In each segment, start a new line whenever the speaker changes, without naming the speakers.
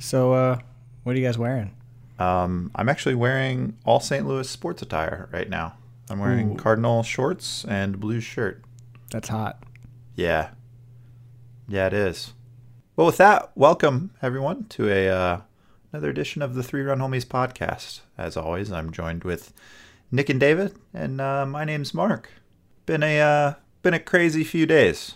So, uh, what are you guys wearing?
Um, I'm actually wearing all St. Louis sports attire right now. I'm wearing Cardinal shorts and blue shirt.
That's hot.
Yeah. Yeah, it is. Well, with that, welcome everyone to a uh, another edition of the Three Run Homies podcast. As always, I'm joined with Nick and David, and uh, my name's Mark. Been a uh, been a crazy few days,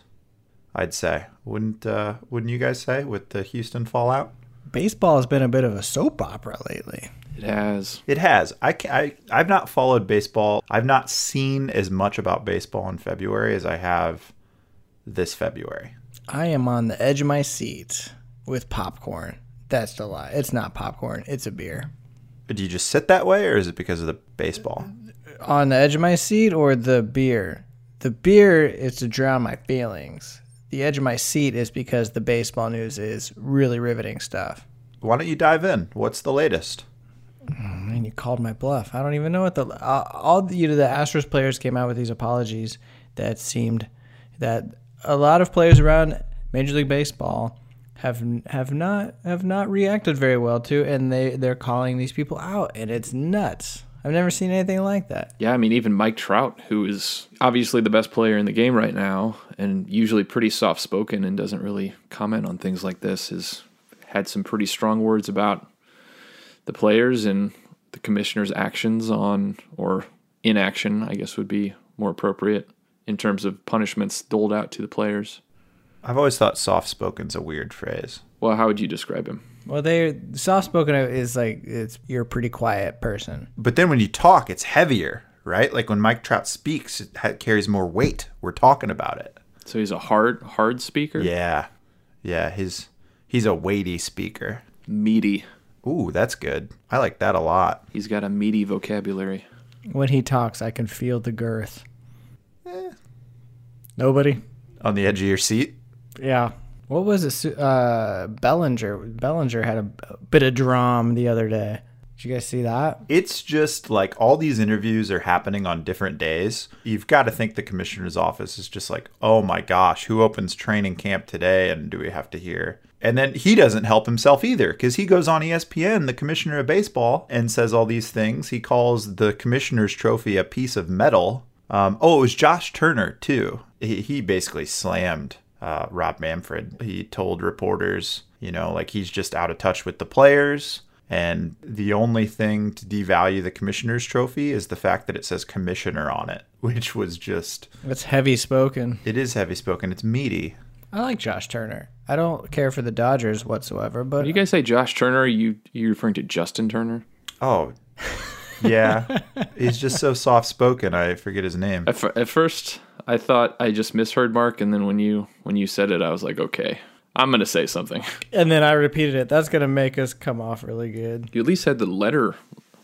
I'd say. Wouldn't uh, wouldn't you guys say with the Houston fallout?
Baseball has been a bit of a soap opera lately.
It has.
It has. I, ca- I I've not followed baseball. I've not seen as much about baseball in February as I have this February.
I am on the edge of my seat with popcorn. That's the lie. It's not popcorn, it's a beer.
Do you just sit that way, or is it because of the baseball?
On the edge of my seat or the beer? The beer is to drown my feelings. The edge of my seat is because the baseball news is really riveting stuff.
Why don't you dive in? What's the latest?
Man, you called my bluff. I don't even know what the uh, all the, you know, the Astros players came out with these apologies that seemed that a lot of players around Major League Baseball have have not have not reacted very well to, and they they're calling these people out, and it's nuts. I've never seen anything like that.
Yeah, I mean, even Mike Trout, who is obviously the best player in the game right now and usually pretty soft spoken and doesn't really comment on things like this, has had some pretty strong words about the players and the commissioner's actions on or inaction, I guess would be more appropriate in terms of punishments doled out to the players.
I've always thought soft spoken's a weird phrase.
Well, how would you describe him?
Well, they soft spoken is like it's you're a pretty quiet person.
But then when you talk, it's heavier, right? Like when Mike Trout speaks, it ha- carries more weight. We're talking about it.
So he's a hard, hard speaker?
Yeah. Yeah, he's he's a weighty speaker.
Meaty.
Ooh, that's good. I like that a lot.
He's got a meaty vocabulary.
When he talks, I can feel the girth. Nobody.
Eh, On the edge of your seat.
Yeah. What was it? Su- Uh, Bellinger. Bellinger had a bit of drum the other day. Did you guys see that?
It's just like all these interviews are happening on different days. You've got to think the commissioner's office is just like, oh my gosh, who opens training camp today? And do we have to hear? And then he doesn't help himself either because he goes on E ESPN, the commissioner of baseball, and says all these things. He calls the commissioner's trophy a piece of metal. Um, oh, it was Josh Turner, too. He, he basically slammed uh, Rob Manfred. He told reporters, you know, like he's just out of touch with the players. And the only thing to devalue the commissioner's trophy is the fact that it says commissioner on it, which was just,
It's heavy spoken.
it is heavy spoken. It's meaty.
I like Josh Turner. I don't care for the Dodgers whatsoever, but
When you guys say Josh Turner, are you, you referring to Justin Turner?
Oh, yeah. He's just so soft spoken. I forget his name.
At, fir- at first, I thought I just misheard Mark, and then when you when you said it, I was like, okay, I'm gonna say something.
and then I repeated it. That's gonna make us come off really good.
You at least had the letter,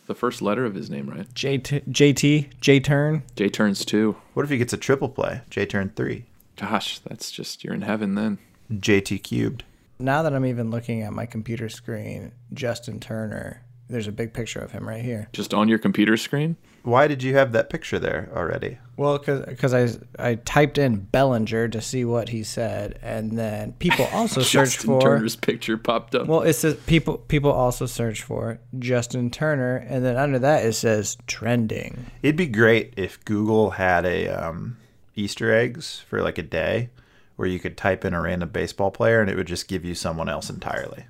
the first letter of his name, right?
J T J T J Turn.
J turns two.
What if he gets a triple play? J turn three,
Gosh, that's just you're in heaven then.
JT cubed.
Now that I'm even looking at my computer screen, Justin Turner. There's a big picture of him right here.
Just on your computer screen.
Why did you have that picture there already?
Well, because I I typed in Bellinger to see what he said, and then people also searched
Justin
for.
Turner's picture popped up.
Well, it says people people also search for Justin Turner, and then under that it says trending.
It'd be great if Google had a um, Easter eggs for like a day where you could type in a random baseball player and it would just give you someone else entirely.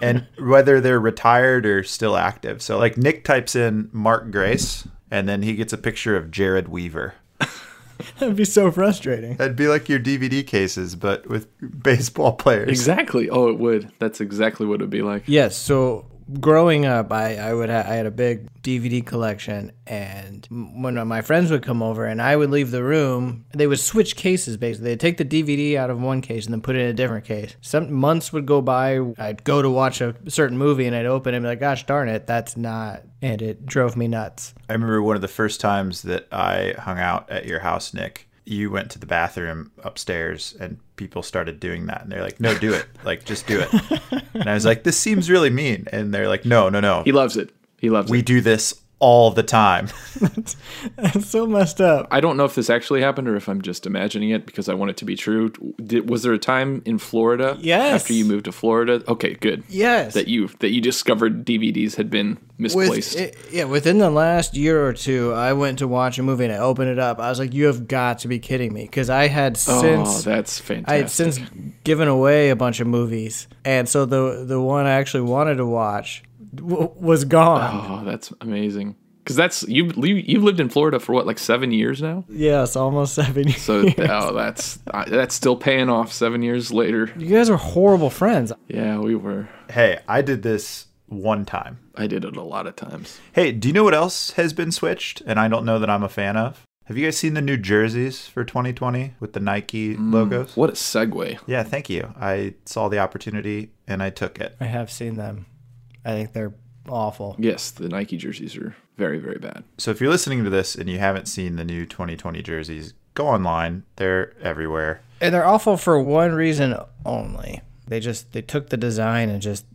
and whether they're retired or still active. So like Nick types in Mark Grace and then he gets a picture of Jared Weaver.
That'd be so frustrating.
That'd be like your DVD cases but with baseball players.
exactly. Oh, it would. That's exactly what it would be like.
Yes. So growing up, I, I would ha- I had a big DVD collection, and m- when my friends would come over and I would leave the room, they would switch cases. Basically, they'd take the DVD out of one case and then put it in a different case. Some months would go by. I'd go to watch a certain movie and I'd open it and be like, "Gosh darn it, that's not," and it drove me nuts.
I remember one of the first times that I hung out at your house, Nick. You went to the bathroom upstairs, and people started doing that, and they're like, "No, do it! Like, just do it." and I was like, "This seems really mean," and they're like, "No, no, no.
He loves it. He loves
We
it.
do this all the time.
That's so messed up.
I don't know if this actually happened or if I'm just imagining it because I want it to be true. Did, was there a time in Florida?
Yes.
After you moved to Florida, okay, good.
Yes.
That you that you discovered DVDs had been misplaced.
With, it, yeah, within the last year or two, I went to watch a movie and I opened it up. I was like, "You have got to be kidding me!" Because I had
oh,
since
that's fantastic.
I had since given away a bunch of movies, and so the the one I actually wanted to watch w- was gone.
oh, that's amazing. Because that's you you've lived in Florida for what like seven years now.
Yes, almost seven years.
So oh, that's I- that's still paying off seven years later.
you guys are horrible friends.
Yeah, we were.
hey, I did this one time.
I did it a lot of times.
Hey, do you know what else has been switched and I don't know that I'm a fan of? Have you guys seen the new jerseys for 2020 with the Nike logos?
What a segue.
Yeah, thank you. I saw the opportunity and I took it.
I have seen them. I think they're awful.
Yes, the Nike jerseys are very very bad.
So if you're listening to this and you haven't seen the new 2020 jerseys, go online. They're everywhere.
And they're awful for one reason only. They just they took the design and just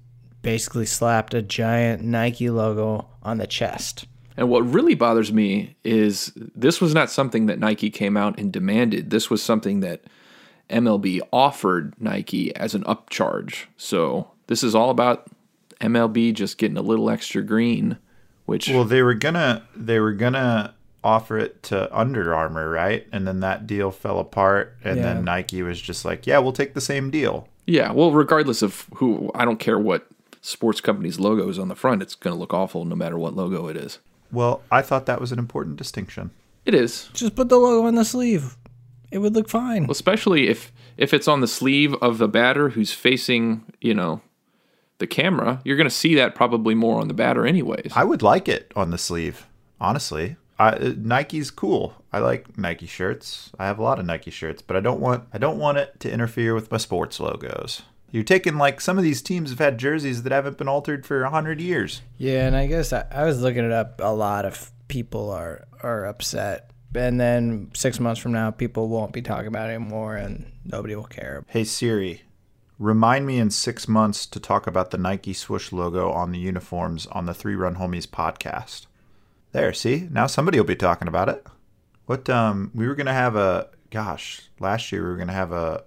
basically slapped a giant Nike logo on the chest.
And what really bothers me is this was not something that Nike came out and demanded. This was something that MLB offered Nike as an upcharge. So this is all about MLB just getting a little extra green, which
Well, they were gonna they were gonna offer it to Under Armour, right? And then that deal fell apart and
Yeah.
then Nike was just like, "Yeah, we'll take the same deal."
yeah, well, regardless of who, I don't care what sports company's logo is on the front. It's going to look awful no matter what logo it is.
Well, I thought that was an important distinction.
It is,
Just put the logo on the sleeve. It would look fine.
especially if if it's on the sleeve of the batter who's facing, you know, the camera. You're going to see that probably more on the batter, anyways.
I would like it on the sleeve, honestly. I, uh, Nike's cool. I like Nike shirts. I have a lot of Nike shirts, but I don't want I don't want it to interfere with my sports logos. You're taking like some of these teams have had jerseys that haven't been altered for hundred years.
Yeah, and I guess I, I was looking it up. A lot of people are are upset, and then six months from now, people won't be talking about it anymore, and nobody will care.
Hey Siri, remind me in six months to talk about the Nike swoosh logo on the uniforms on the Three Run Homies podcast. There, see now somebody will be talking about it. What um we were gonna have a gosh last year we were gonna have a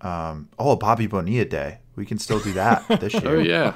um oh Bobby Bonilla day. We can still do that this year.
Oh yeah,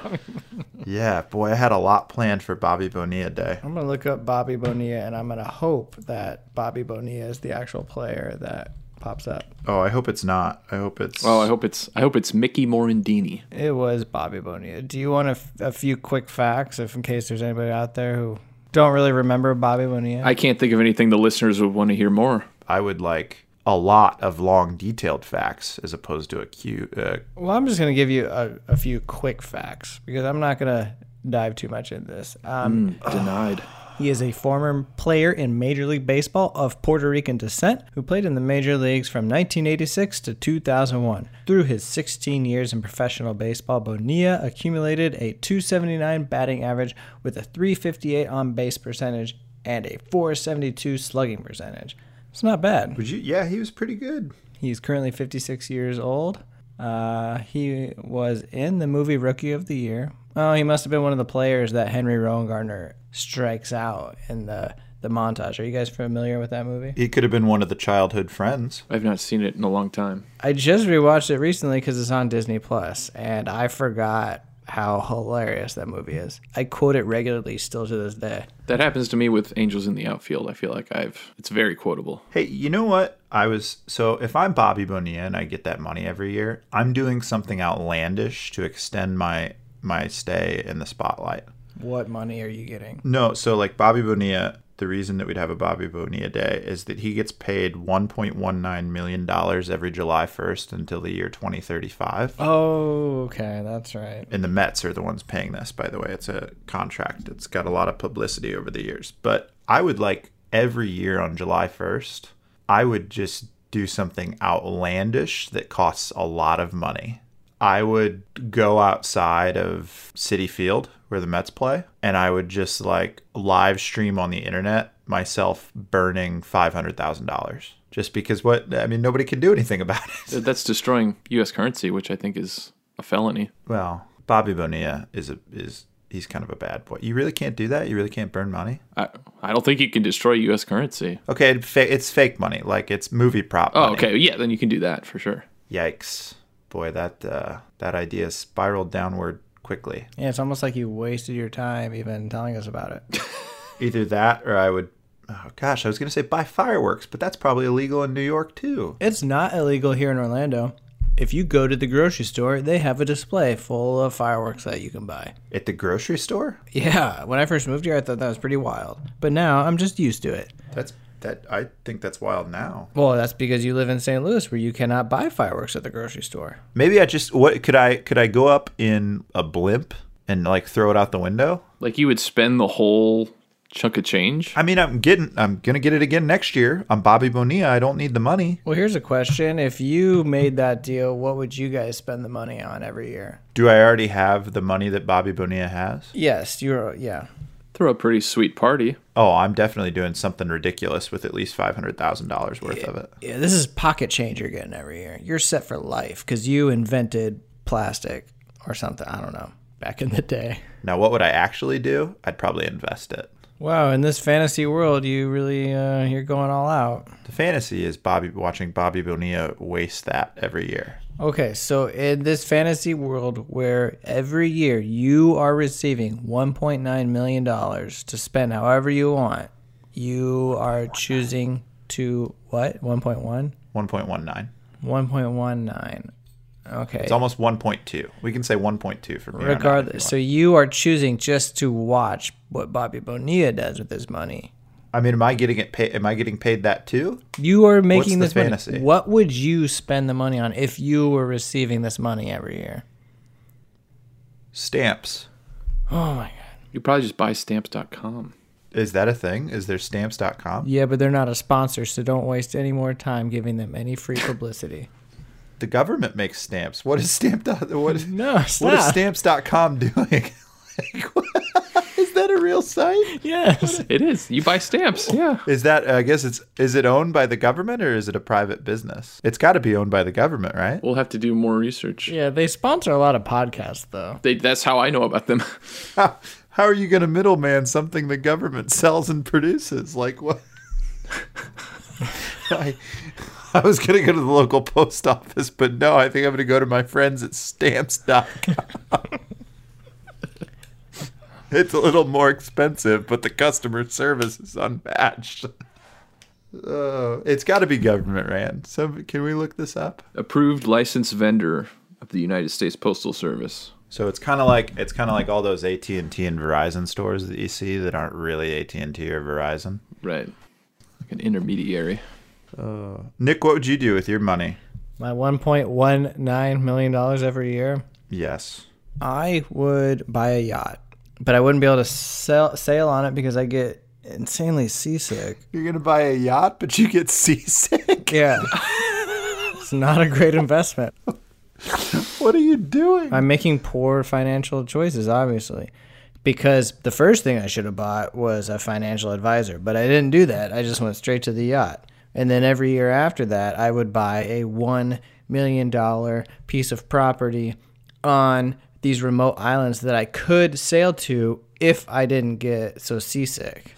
Yeah, boy, I had a lot planned for Bobby Bonilla day.
I'm gonna look up Bobby Bonilla, and I'm gonna hope that Bobby Bonilla is the actual player that pops up.
Oh, I hope it's not. I hope it's.
Oh, I hope it's I hope it's Mickey Morandini.
It was Bobby Bonilla. Do you want a, f- a few quick facts, if in case there's anybody out there who don't really remember Bobby Bonilla?
I can't think of anything the listeners would want to hear more.
I would like a lot of long detailed facts as opposed to a cute. Uh,
well, I'm just gonna give you a, a few quick facts because I'm not gonna dive too much into this. Um,
Denied.
He is a former player in Major League Baseball of Puerto Rican descent who played in the major leagues from 1986 to 2001. Through his 16 years in professional baseball, Bonilla accumulated a 279 batting average with a 358 on base percentage and a 472 slugging percentage. It's not bad.
would you? Yeah, he was pretty good.
He's currently 56 years old. Uh, he was in the movie Rookie of the Year. Oh, he must have been one of the players that Henry Rowengartner strikes out in the, the montage. Are you guys familiar with that movie?
He could have been one of the childhood friends.
I've not seen it in a long time.
I just rewatched it recently because it's on Disney Plus, and I forgot how hilarious that movie is. I quote it regularly still to this day.
That happens to me with Angels in the Outfield. I feel like I've it's very quotable.
Hey, you know what? I was so if I'm Bobby Bonilla and I get that money every year, I'm doing something outlandish to extend my my stay in the spotlight.
What money are you getting?
No, so like Bobby Bonilla, the reason that we'd have a Bobby Bonilla day is that he gets paid 1.19 million dollars every July 1st until the year 2035.
Oh, okay, that's right.
and the Mets are the ones paying this, by the way. It's a contract. It's got a lot of publicity over the years. But I would like every year on July 1st, I would just do something outlandish that costs a lot of money. I would go outside of City Field where the Mets play and I would just like live stream on the internet myself burning $500,000 just because what I mean nobody can do anything about it.
Th- That's destroying U.S. currency, which I think is a felony.
Well, Bobby Bonilla is a is he's kind of a bad boy. You really can't do that. You really can't burn money.
I, I don't think you can destroy U.S. currency.
Okay, it fa- it's fake money. Like it's movie prop.
Oh,
money.
okay. Yeah, then you can do that for sure.
Yikes, boy, that uh, that idea spiraled downward quickly.
Yeah, it's almost like you wasted your time even telling us about it.
Either that, or I would. Oh gosh, I was going to say buy fireworks, but that's probably illegal in New York too.
It's not illegal here in Orlando. If you go to the grocery store, they have a display full of fireworks that you can buy.
At the grocery store.
Yeah, when I first moved here, I thought that was pretty wild. But now I'm just used to it.
That's that. I think that's wild now.
Well, that's because you live in St. Louis where you cannot buy fireworks at the grocery store.
Maybe I just what could I could I go up in a blimp and like throw it out the window?
Like you would spend the whole chunk of change.
I mean, I'm getting I'm gonna get it again next year. I'm Bobby Bonilla. I don't need the money.
Well, here's a question. If you made that deal, what would you guys spend the money on every year?
Do I already have the money that Bobby Bonilla has?
Yes, you're, yeah.
Throw a pretty sweet party.
Oh, I'm definitely doing something ridiculous with at least five hundred thousand dollars worth of it.
Yeah, this is pocket change you're getting every year. You're set for life because you invented plastic or something. I don't know. Back in the day.
Now, what would I actually do? I'd probably invest it.
Wow, in this fantasy world, you really, uh, you're going all out.
The fantasy is Bobby watching Bobby Bonilla waste that every year.
Okay, so in this fantasy world where every year you are receiving $1.9 million to spend however you want, you are choosing to what? 1.1?
One point one nine.
1.19. Okay.
It's almost one point two. We can say one point two for me.
Regardless, so you are choosing just to watch what Bobby Bonilla does with his money.
I mean, am I getting it? Pay- am I getting paid that too?
You are making
the
this money.
fantasy?
What would you spend the money on if you were receiving this money every year?
Stamps.
Oh my god.
You probably just buy stamps.com.
Is that a thing? Is there stamps.com?
Yeah, but they're not a sponsor, so don't waste any more time giving them any free publicity.
The government makes stamps. What is stamp. dot- What is,
no,
what is
stop.
stamps.com doing? like, what- is that a real site?
yes.
It is. You buy stamps. Yeah.
Is that I guess it's is it owned by the government or is it a private business? It's got to be owned by the government, right?
We'll have to do more research.
Yeah, they sponsor a lot of podcasts though.
They, that's how I know about them.
How, how are you going to middleman something the government sells and produces? Like what? I, I was going to go to the local post office, but no, I think I'm going to go to my friends at stamps.com. it's a little more expensive, but the customer service is unmatched. Uh, it's got to be government ran. So can we look this up?
Approved licensed vendor of the United States Postal Service.
So it's kind of like it's kind of like all those AT and T and Verizon stores that you see that aren't really AT and T or Verizon.
Right. Like an intermediary.
Nick, what would you do with your money?
My 1.19 million dollars every year.
Yes.
I would buy a yacht, but I wouldn't be able to sell, sail on it because I get insanely seasick.
You're going to buy a yacht, but you get seasick?
Yeah. it's not a great investment.
what are you doing?
I'm making poor financial choices, obviously, because the first thing I should have bought was a financial advisor, but I didn't do that. I just went straight to the yacht. And then every year after that, I would buy a $1 million piece of property on these remote islands that I could sail to if I didn't get so seasick.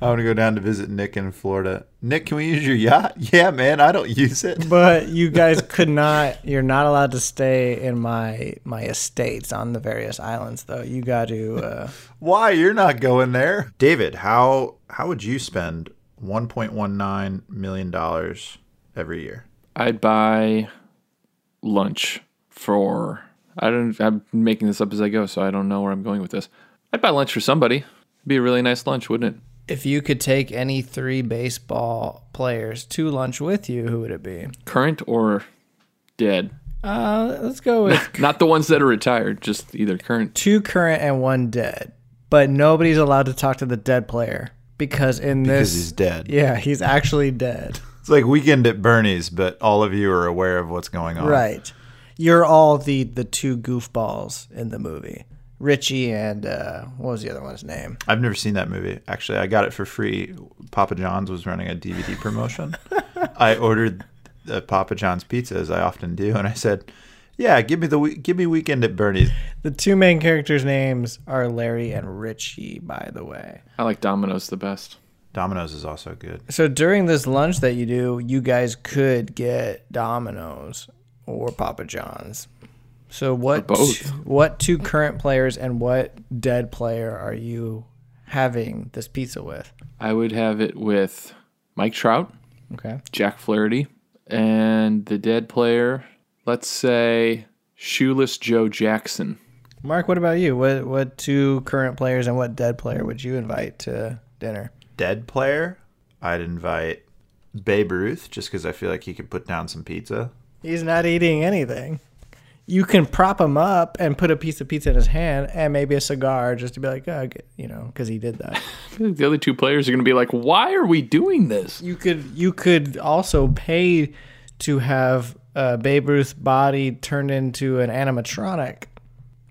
I want to go down to visit Nick in Florida. Nick, can we use your yacht? Yeah, man, I don't use it.
But you guys could not. You're not allowed to stay in my my estates on the various islands, though. You got to. Uh,
Why? You're not going there. David, how how would you spend 1.19 million dollars every year?
I'd buy lunch for I don't I'm making this up as I go, so I don't know where I'm going with this. I'd buy lunch for somebody. It'd be a really nice lunch, wouldn't it?
if you could take any three baseball players to lunch with you, who would it be?
Current or dead?
Uh, let's go with
Not the ones that are retired, just either current.
two current and one dead. But nobody's allowed to talk to the dead player because in this,
Because he's dead.
yeah, he's actually dead.
It's like weekend at Bernie's, but all of you are aware of what's going on.
Right. You're all the the two goofballs in the movie. Richie and uh, what was the other one's name?
I've never seen that movie. Actually, I got it for free. Papa John's was running a DVD promotion. I ordered the Papa John's pizza as I often do, and I said, Yeah, give me the we- give me weekend at Bernie's.
The two main characters' names are Larry and Richie, by the way.
I like Domino's the best.
Domino's is also good.
So during this lunch that you do, you guys could get Domino's or Papa John's. So what
both.
two- what two current players and what dead player are you having this pizza with?
I would have it with Mike Trout,
Okay.
Jack Flaherty, and the dead player. Let's say shoeless Joe Jackson.
Mark, what about you? What what two current players and what dead player would you invite to dinner?
Dead player, I'd invite Babe Ruth just because I feel like he could put down some pizza.
He's not eating anything. You can prop him up and put a piece of pizza in his hand and maybe a cigar just to be like, oh, get- you know, because he did that.
I feel like the other two players are going to be like, "Why are we doing this?"
you could you could also pay to have uh, Babe Ruth's body turned into an animatronic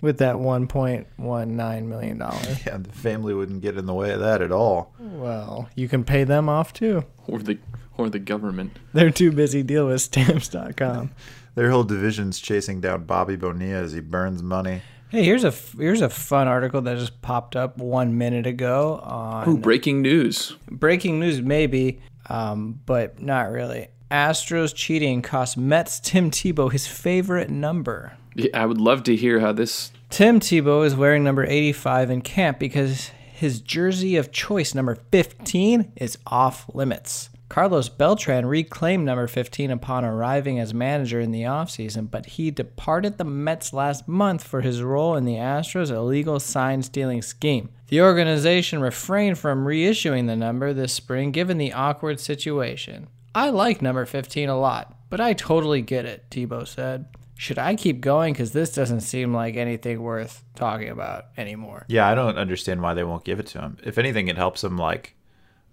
with that one point one nine million dollars.
Yeah, the family wouldn't get in the way of that at all.
Well, you can pay them off too.
Or the or the government.
They're too busy dealing with stamps.com.
Their whole division's chasing down Bobby Bonilla as he burns money.
Hey, here's a f- here's a fun article that just popped up one minute ago on
Ooh, breaking news.
breaking news, maybe, um, but not really. Astros cheating cost Mets Tim Tebow his favorite number.
Yeah, I would love to hear how this.
Tim Tebow is wearing number 85 in camp because his jersey of choice, number 15, is off limits. Carlos Beltran reclaimed number 15 upon arriving as manager in the offseason, but he departed the Mets last month for his role in the Astros' illegal sign stealing scheme. The organization refrained from reissuing the number this spring given the awkward situation. I like number 15 a lot, but I totally get it, Tebow said. Should I keep going? Because this doesn't seem like anything worth talking about anymore.
Yeah, I don't understand why they won't give it to him. If anything, it helps him like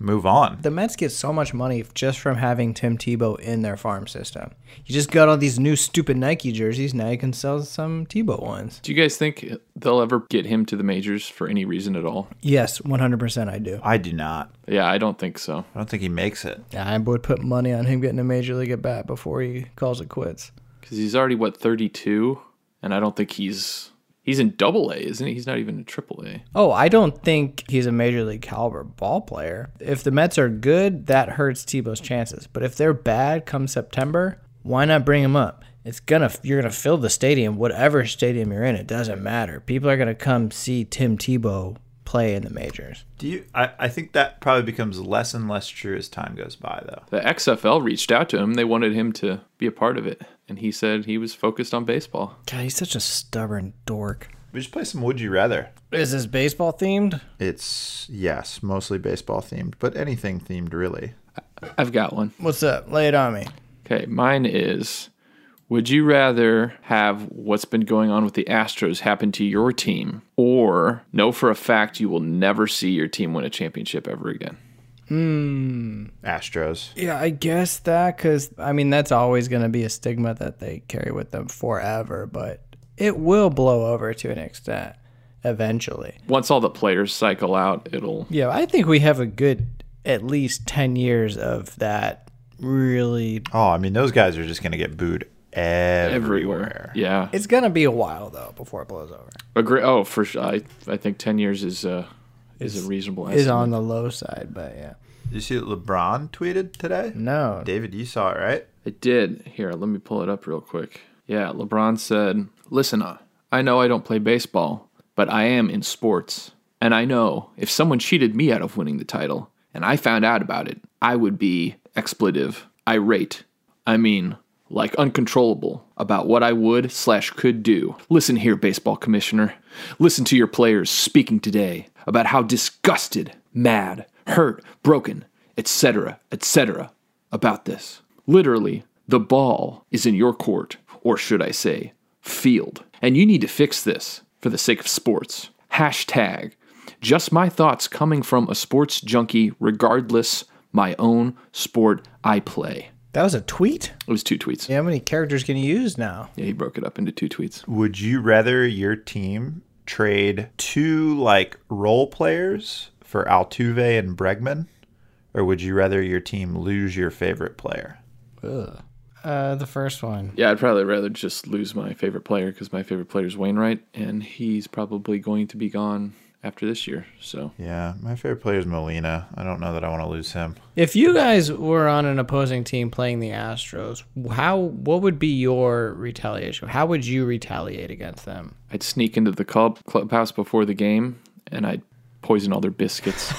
move on.
The Mets get so much money just from having Tim Tebow in their farm system. You just got all these new stupid Nike jerseys. Now you can sell some Tebow ones.
Do you guys think they'll ever get him to the majors for any reason at all?
Yes, 100% I do.
I do not.
Yeah, I don't think so.
I don't think he makes it.
I would put money on him getting a major league at bat before he calls it quits.
Because he's already what 32, and I don't think he's he's in Double A, isn't he? He's not even in Triple A.
Oh, I don't think he's a major league caliber ball player. If the Mets are good, that hurts Tebow's chances. But if they're bad come September, why not bring him up? It's gonna you're gonna fill the stadium, whatever stadium you're in. It doesn't matter. People are gonna come see Tim Tebow play in the majors.
Do you? I, I think that probably becomes less and less true as time goes by, though.
The XFL reached out to him; they wanted him to be a part of it, and he said he was focused on baseball.
God, he's such a stubborn dork.
We just play some Would You Rather.
Is this baseball themed?
It's yes, mostly baseball themed, but anything themed really.
I've got one.
What's up? Lay it on me.
Okay, mine is Would you rather have what's been going on with the Astros happen to your team or know for a fact you will never see your team win a championship ever again?
Astros.
Yeah, I guess that because I mean that's always going to be a stigma that they carry with them forever, but it will blow over to an extent eventually.
Once all the players cycle out, it'll.
Yeah, I think we have a good at least ten years of that. Really,
Oh, I mean, those guys are just gonna get booed everywhere.
Everywhere. Yeah.
it's going to be a while though before it blows over.
Agree. Oh, for sure. I, I think 10 years is, uh, is a reasonable
Is
estimate.
on the low side, but yeah,
Did you see that LeBron tweeted today?
no,
David, you saw it, right?
It did. Here, let me pull it up real quick. Yeah, LeBron said, Listen, uh, I know I don't play baseball, but I am in sports. And I know if someone cheated me out of winning the title and I found out about it, I would be expletive, irate. I mean, like uncontrollable about what I would slash could do. Listen here, baseball commissioner. Listen to your players speaking today about how disgusted, mad, hurt, broken, etc., etc., about this. Literally, the ball is in your court, or should I say, field. And you need to fix this for the sake of sports. Hashtag just my thoughts coming from a sports junkie, regardless my own sport I play.
that was a tweet.
It was two tweets.
How many characters can you use now?
Yeah, he broke it up into two tweets.
Would you rather your team trade two like role players for Altuve and Bregman, or would you rather your team lose your favorite player?
Ugh. uh, the first one.
Yeah, I'd probably rather just lose my favorite player because my favorite player is Wainwright, and he's probably going to be gone after this year. So
Yeah, my favorite player is Molina. I don't know that I want to lose him.
If you guys were on an opposing team playing the Astros, how what would be your retaliation? How would you retaliate against them?
I'd sneak into the club clubhouse before the game, and I'd poison all their biscuits.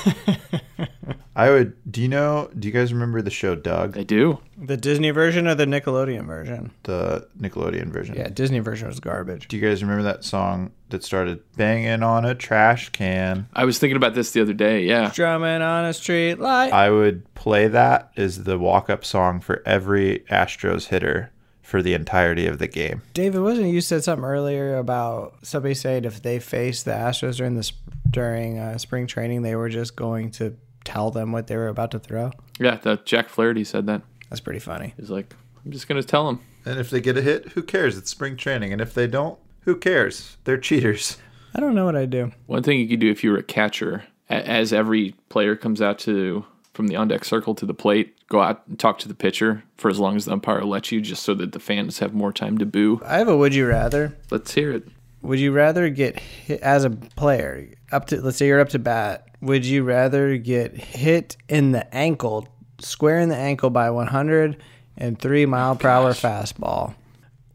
I would. Do you know? Do you guys remember the show Doug,
I do.
The Disney version or the Nickelodeon version?
the Nickelodeon version?
Yeah, Disney version was garbage.
Do you guys remember that song that started banging on a trash can?
I was thinking about this the other day. Yeah,
Drumming on a street light.
I would play that as the walk-up song for every Astros hitter for the entirety of the game.
David, wasn't it you said something earlier about somebody said if they faced the Astros during this during uh, spring training, they were just going to tell them what they were about to throw?
yeah. That Jack Flaherty said that.
That's pretty funny.
He's like, I'm just gonna tell him.
And if they get a hit, who cares? It's spring training. And if they don't, who cares? They're cheaters.
I don't know what I'd do.
One thing you could do if you were a catcher, a- as every player comes out to from the on deck circle to the plate, go out and talk to the pitcher for as long as the umpire lets you, just so that the fans have more time to boo.
I have a would you rather.
Let's hear it.
Would you rather get hit as a player up to let's say you're up to bat? Would you rather get hit in the ankle, square in the ankle by 103 mile per hour fastball,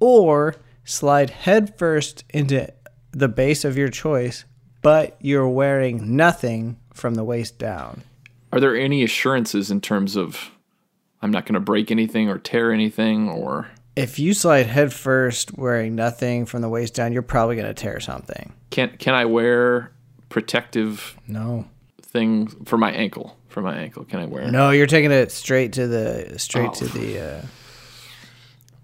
or slide headfirst into the base of your choice, but you're wearing nothing from the waist down?
Are there any assurances in terms of I'm not gonna break anything or tear anything or
If you slide headfirst wearing nothing from the waist down, you're probably gonna tear something.
can can I wear protective
No.
thing for my ankle? For my ankle, can I wear?
No, you're taking it straight to the straight
Oh.
to the uh,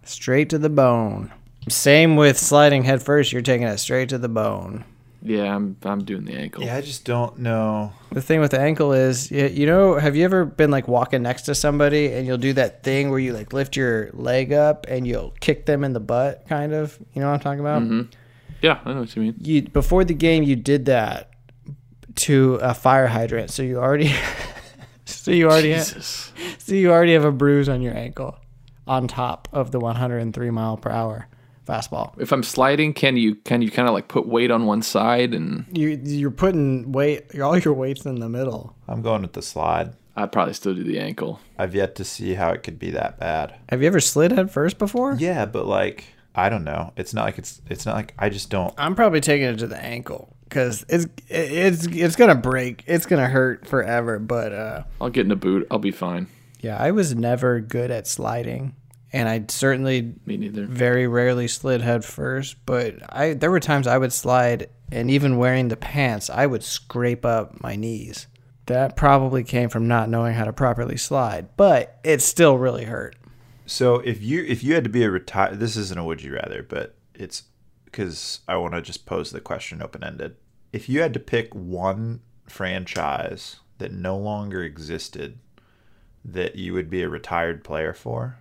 straight to the bone. Same with sliding head first, you're taking it straight to the bone.
Yeah, I'm I'm doing the ankle.
Yeah, I just don't know.
The thing with the ankle is, you, you know, have you ever been like walking next to somebody and you'll do that thing where you like lift your leg up and you'll kick them in the butt, kind of? You know what I'm talking about?
Yeah, I know what you mean.
You before the game, you did that to a fire hydrant, so you already, so you already, ha-
Jesus.
So you already have a bruise on your ankle on top of the 103 mile per hour fastball.
if I'm sliding, can you can you kind of like put weight on one side and
You you're putting weight all your weight's in the middle.
I'm going with the slide.
I'd probably still do the ankle.
I've yet to see how it could be that bad.
Have you ever slid head first before?
Yeah, but like I don't know. It's not like it's it's not like I just don't.
I'm probably taking it to the ankle cuz it's it's it's going to break. It's going to hurt forever, but uh
I'll get in a boot. I'll be fine.
yeah, I was never good at sliding and I certainly
Me neither.
very rarely slid head first, but I there were times I would slide and even wearing the pants, I would scrape up my knees. That probably came from not knowing how to properly slide, but it still really hurt.
So if you if you had to be a retire, this isn't a would you rather, but it's because I want to just pose the question open ended. If you had to pick one franchise that no longer existed that you would be a retired player for,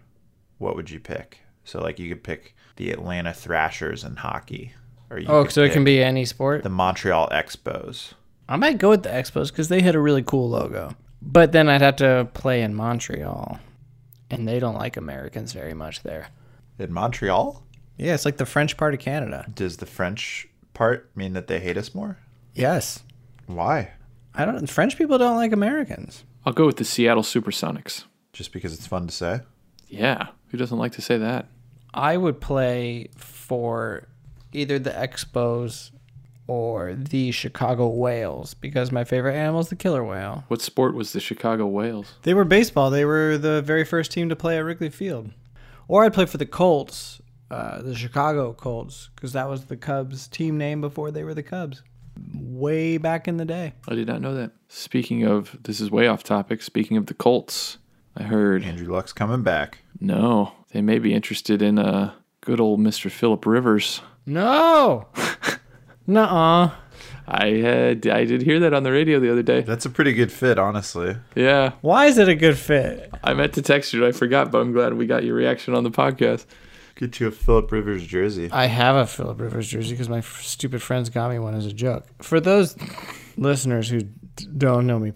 what would you pick? So like you could pick the Atlanta Thrashers in hockey, or you
Oh,
could
so it can
pick
be any sport.
the Montreal Expos.
I might go with the Expos because they had a really cool logo. But then I'd have to play in Montreal, and they don't like Americans very much there.
In Montreal,
Yeah, it's like the French part of Canada.
does the French part mean that they hate us more?
Yes,
Why?
I don't. French people don't like Americans.
I'll go with the Seattle SuperSonics.
Just because it's fun to say.
Yeah, who doesn't like to say that?
I would play for either the Expos or the Chicago Whales because my favorite animal is the killer whale.
What sport was the Chicago Whales?
They were baseball. They were the very first team to play at Wrigley Field. Or I'd play for the Colts, uh, the Chicago Colts, because that was the Cubs' team name before they were the Cubs, way back in the day.
I did not know that. Speaking of, this is way off topic. Speaking of the Colts, I heard
Andrew Luck's coming back.
no, they may be interested in uh, good old Mister Philip Rivers.
No, nuh-uh.
I had I did hear that on the radio the other day.
That's a pretty good fit, honestly.
Yeah,
Why is it a good fit?
I meant to text you, I forgot. But I'm glad we got your reaction on the podcast.
Get you a Philip Rivers jersey.
I have a Philip Rivers jersey because my f- stupid friends got me one as a joke. For those listeners who d- don't know me,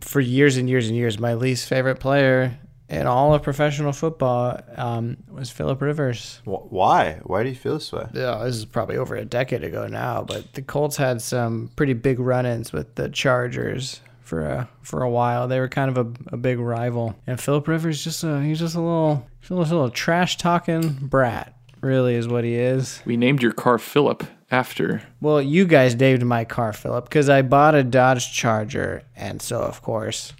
for years and years and years, my least favorite player in all of professional football um, was Philip Rivers.
Wh- Why? Why do you feel this way?
Yeah, this is probably over a decade ago now, but the Colts had some pretty big run-ins with the Chargers for a for a while. They were kind of a, a big rival, and Philip Rivers just a, he's just a little he's just a little trash talking brat. Really is what he is.
We named your car Philip after.
Well, you guys named my car Philip because I bought a Dodge Charger, and so of course,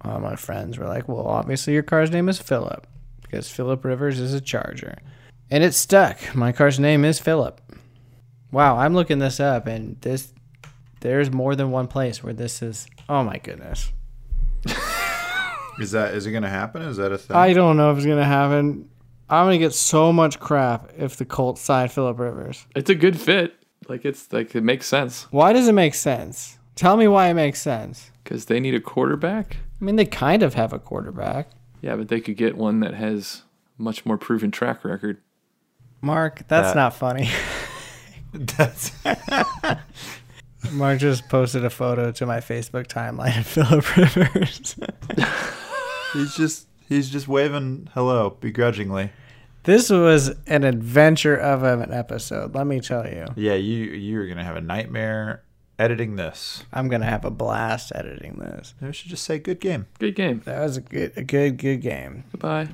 all my friends were like, "Well, obviously your car's name is Philip because Philip Rivers is a Charger," and it stuck. My car's name is Philip. Wow, I'm looking this up, and this there's more than one place where this is. Oh my goodness,
Is that is it gonna happen? Is that a thing?
I don't know if it's gonna happen. I'm gonna get so much crap if the Colts sign Philip Rivers.
It's a good fit. Like it's like it makes sense
Why does it make sense? Tell me why it makes sense.
because they need a quarterback.
I mean, they kind of have a quarterback.
Yeah, but they could get one that has much more proven track record.
Mark, that's
That-
not funny.
That's
Mark just posted a photo to my Facebook timeline of Philip Rivers.
he's just he's just waving hello begrudgingly.
this was an adventure of an episode, let me tell you.
Yeah, you you're gonna have a nightmare editing this.
I'm going to have a blast editing this.
Maybe we should just say good game.
Good game.
That was a good, a good, good game.
Goodbye.